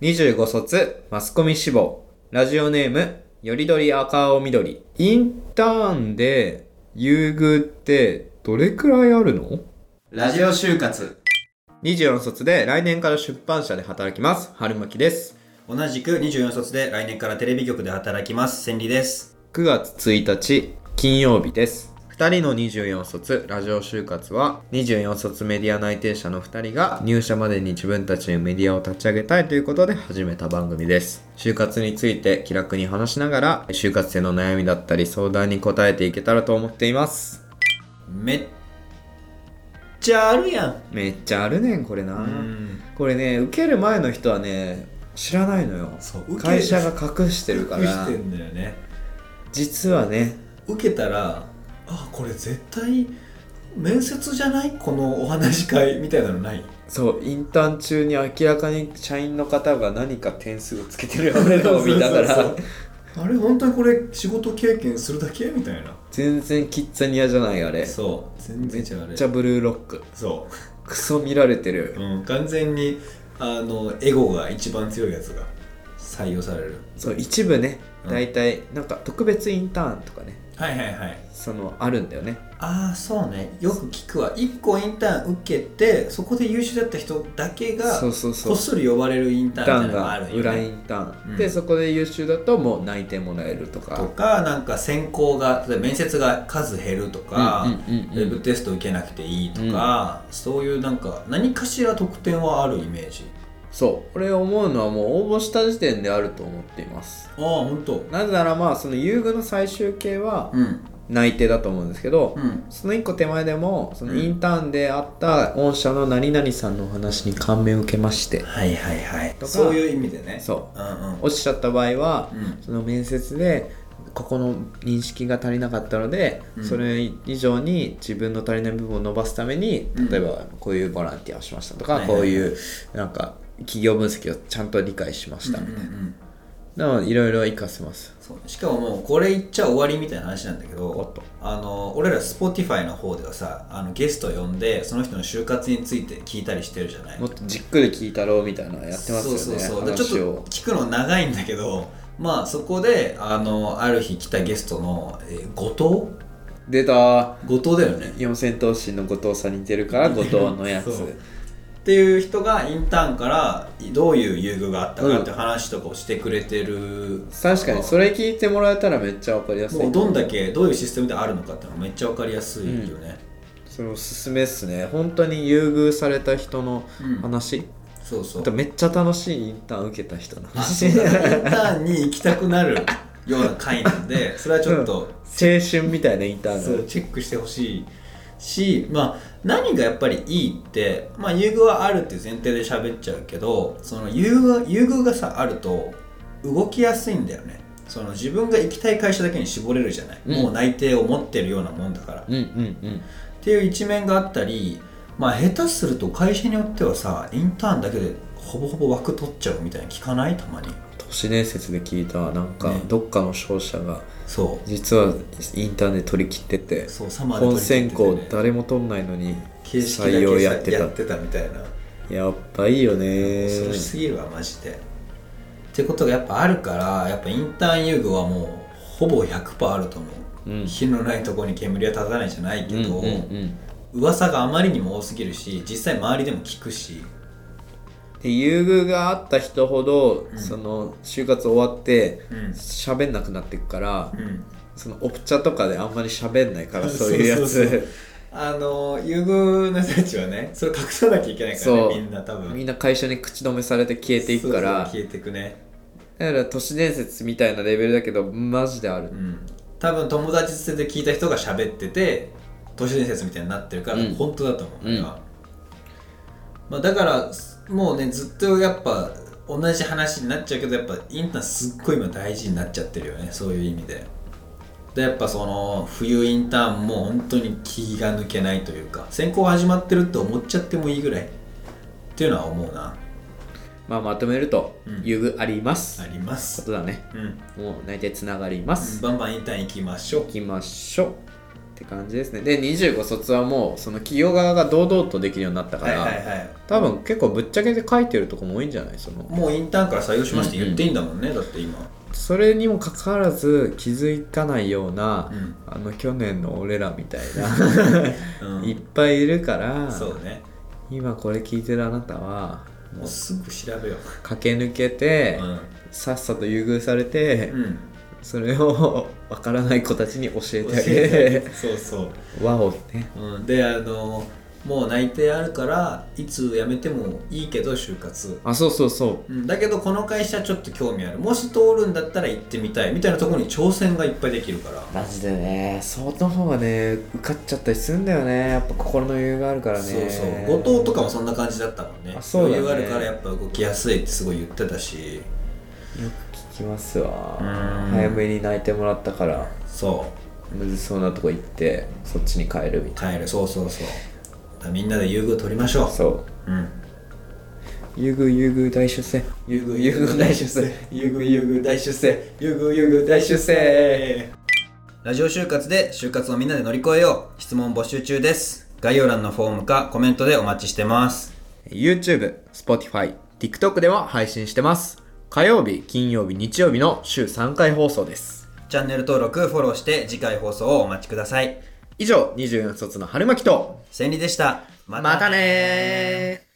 25卒、マスコミ志望、ラジオネーム、よりどり赤青緑。インターンで優遇ってどれくらいあるのラジオ就活。 ?24 卒で来年から出版社で働きます。春巻です。同じく24卒で来年からテレビ局で働きます。千里です。 9月1日金曜日です2人の24卒ラジオ就活は24卒メディア内定者の2人が入社までに自分たちのメディアを立ち上げたいということで始めた番組です就活について気楽に話しながら就活生の悩みだったり相談に答えていけたらと思っていますめっちゃあるやん。めっちゃあるねんこれな、うん。これね受ける前の人はね知らないのよそう会社受が隠してるからしてんだよね。実はね受けたら、あ、これ絶対面接じゃないこのお話し会みたいなのないそうインターン中に明らかに社員の方が何か点数をつけてるようなのを見ながそうそらうそうあれ本当にこれ仕事経験するだけみたいな。全然キッザニアじゃないあれそう。全め然っ違うあれちゃ。ブルーロックそう。クソ見られてるうん、完全にあのエゴが一番強いやつが採用されるそう一部ねうん大体なんか特別インターンとかねはいはいはいそのあるんだよねああそうねよく聞くわ1個インターン受けてそこで優秀だった人だけがそうそうそこうっそり呼ばれるインイタンータンーンみたいなのがあがるよ裏イねンターン、うんでそこで優秀だともう内定もらえるととかかなんか選考が例えば面接が数減るとか、うんうんうんうんウェブテスト受けなくていいとか、そういうなんか何かしら特典はあるイメージそう俺思うのはもう応募した時点であると思っていますああ本当なぜならまあその優遇の最終形は、うん内定だと思うんですけど、うんその一個手前でもそのうんインターンであった御社の何々さんのお話に感銘を受けましてはいはいはいとかそういう意味でねそううんうんおっしゃった場合は、うんその面接でここの認識が足りなかったので、うんそれ以上に自分の足りない部分を伸ばすためにうん例えばこういうボランティアをしましたとか、はいはいこういうなんか企業分析をちゃんと理解しましたみたいな、うんうんうんなのでいろいろ活かせますそうしかももうこれ言っちゃ終わりみたいな話なんだけおどっとあの俺ら Spotify の方ではさあのゲスト呼んでその人の就活について聞いたりしてるじゃないもっとじっくり聞いたろうみたいなのやってますよねそうそうそうでちょっ話をと聞くの長いんだけどまあそこであのある日来たゲストの、えー後出た藤後藤だよね四千頭身の後藤さんに似てるから後藤のやつそうっていう人がインターンからどういう優遇があったかっていう話とかをしてくれてる、確かにそれ聞いてもらえたらめっちゃ分かりやすいもうどんだけどういうシステムであるのかっていうのがめっちゃ分かりやすいよね、それおすすめっすね本当に優遇された人のうん話、そうそあうとめっちゃ楽しいインターン受けた人のあ話そう青だねインターンに行きたくなるような回なんでそれはちょっと、春みたいなインターンそうがチェックしてほしいし、まあ、何がやっぱりいいって、まあ、優遇はあるっていう前提で喋っちゃうけどその優遇優遇がさあると動きやすいんだよねその自分が行きたい会社だけに絞れるじゃない、うんもう内定を持ってるようなもんだから、うんうんっていう一面があったりまあ下手すると会社によってはさインターンだけでほぼほぼ枠取っちゃうみたいな聞かないたまにうん都市伝説で聞いたなんかねどっかの商社がそう実はインターンで取り切っててそうサマーで本選考取り切っててね誰も取んないのに形式だけ採用やってやたってたみたいなやっぱいいよね恐ろしすぎるわマジでってことがやっぱあるからやっぱインターン遊具はもうほぼ100%あると思う、うん火のないとこに煙は立たないじゃないけど、うんうんうん噂があまりにも多すぎるし実際周りでも聞くしで優遇があった人ほど、んその就活終わってうん喋んなくなっていくから、うんそのオプチャとかであんまり喋んないから、うんそういうや そうそうつあの優遇の人たちはねそれ隠さなきゃいけないからそうねみんな多分みんな会社に口止めされて消えていくかそうらそう消えていくねだから都市伝説みたいなレベルだけどマジである、うん多分友達連れて聞いた人が喋ってて都市伝説みたいになってるから、うん本当だと思う、うん俺はまあ、だからもうねずっとやっぱ同じ話になっちゃうけどやっぱインターンすっごい今大事になっちゃってるよねそういう意味ででやっぱその冬インターンも本当に気が抜けないというか選考始まってるって思っちゃってもいいぐらいっていうのは思うなまあ、まとめると、うん優遇あります、ありまこすとだねうんもう内定つながります、バンバンインターン行きましょう行きましょうっって感じですねで25卒はもうその企業側が堂々とできるようになったかはいら、はいはい多分結構ぶっちゃけて書いてるとこも多いんじゃないそのもうインターンから採用しましたって言っていいんだもんね、だって今それにもかかわらず気づかないような、うんあの去年の俺らみたい な、うんいっぱいいるからそうね今これ聞いてるあなたはももううすぐ調べよ駆け抜けて、う、さっさと優遇されて、うんうん、それをわからない子たちに教えてあ教えげてそうそうて わおねうん、であのもう内定あるからいつ辞めてもいいけど就活、あそうそうそうん、だけどこの会社ちょっと興味あるもし通るんだったら行ってみたいみたいなところに挑戦がいっぱいできるからうマジでねその方がね受かっちゃったりするんだよねやっぱ心の余裕があるからねそうそう後藤とかもそんな感じだったもんねあそうだね余裕あるからやっぱ動きやすいってすごい言ってたしよく聞きますわうん早めに泣いてもらったからそむずそうなとこ行ってそっちに帰るみうたい帰るそうそうそうだからみんなで優遇取りましょなそうううん優遇優遇大出世優遇優遇大出世優遇優遇大出世優遇優遇大出世ラジオ就活で就活をみんなで乗り越えよう質問募集中です概要欄のフォームかコメントでお待ちしてます YouTube、Spotify、TikTok でも配信してます。火曜日、金曜日、日曜日の週3回放送です。チャンネル登録フォローして次回放送をお待ちください以上、24卒の春巻きと、千里でしたままたねー